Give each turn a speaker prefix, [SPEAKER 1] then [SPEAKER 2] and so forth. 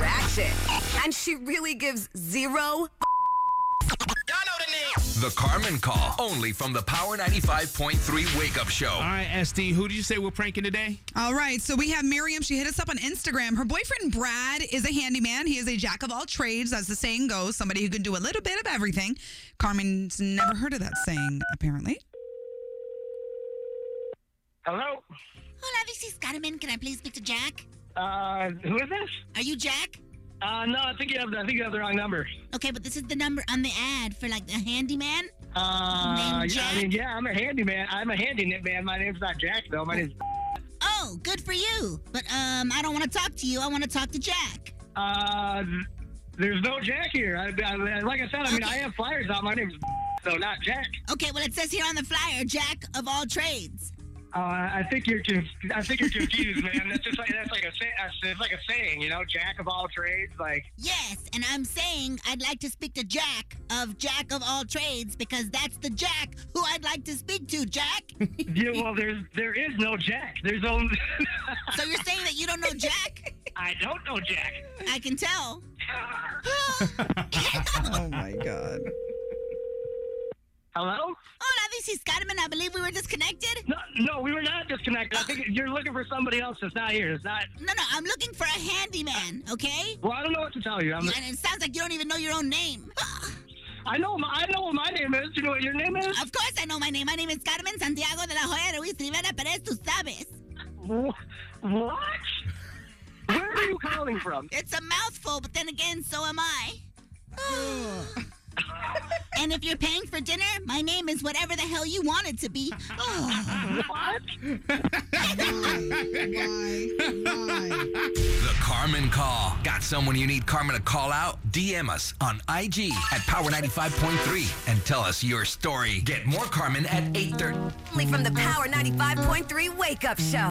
[SPEAKER 1] ratchet. And she really gives zero
[SPEAKER 2] The Carmen Call, only from the Power 95.3 Wake Up Show.
[SPEAKER 3] All right, SD, who do you say we're pranking today?
[SPEAKER 4] All right, so we have Miriam. She hit us up on Instagram. Her boyfriend Brad is a handyman. He is a jack of all trades, as the saying goes, somebody who can do a little bit of everything. Carmen's never heard of that saying, apparently.
[SPEAKER 5] Hello?
[SPEAKER 6] Hola, this is Carmen. Can I please speak to Jack?
[SPEAKER 5] Uh, who is this?
[SPEAKER 6] Are you Jack?
[SPEAKER 5] Uh, no, I think you have the, I think you have the wrong number.
[SPEAKER 6] Okay, but this is the number on the ad for like a handyman.
[SPEAKER 5] Uh,
[SPEAKER 6] Name
[SPEAKER 5] yeah, I
[SPEAKER 6] Jack?
[SPEAKER 5] mean, yeah, I'm a handyman. I'm a handyman. man. My name's not Jack though. My name's.
[SPEAKER 6] Oh, good for you. But um, I don't want to talk to you. I want to talk to Jack.
[SPEAKER 5] Uh, there's no Jack here. I, I, like I said, I mean, I have flyers out. My name's so not Jack.
[SPEAKER 6] Okay, well it says here on the flyer, Jack of all trades.
[SPEAKER 5] Uh, I think you're conf- I think you're confused, man. That's just like that's like a say- it's like a saying, you know, Jack of all trades. Like,
[SPEAKER 6] Yes, and I'm saying I'd like to speak to Jack of Jack of all trades because that's the Jack who I'd like to speak to, Jack.
[SPEAKER 5] yeah, well, there's there is no Jack. There's only
[SPEAKER 6] so you're saying that you don't know Jack?
[SPEAKER 5] I don't know Jack.
[SPEAKER 6] I can tell.
[SPEAKER 4] Oh my God.
[SPEAKER 5] Hello?
[SPEAKER 6] Hola, this is Carmen. I believe we were disconnected.
[SPEAKER 5] No, no, we were not disconnected. I think you're looking for somebody else that's not here. It's not.
[SPEAKER 6] No, no, I'm looking for a handyman, okay?
[SPEAKER 5] Well, I don't know what to tell you. I'm,
[SPEAKER 6] And it sounds like you don't even know your own name.
[SPEAKER 5] I know. My, I know what my name is. You know what your name is?
[SPEAKER 6] Of course I know my name. My name is Carmen Santiago de la Joya Ruiz Rivera Perez, tú sabes.
[SPEAKER 5] Wh- What? Where are you calling from?
[SPEAKER 6] It's a mouthful, but then again, so am I. and if you're paying for dinner, my name is whatever the hell you want it to be. Oh.
[SPEAKER 5] What?
[SPEAKER 2] The Carmen Call. Got someone you need Carmen to call out? DM us on IG at Power 95.3 and tell us your story. Get more Carmen at 830.
[SPEAKER 1] only from the Power 95.3 Wake Up Show.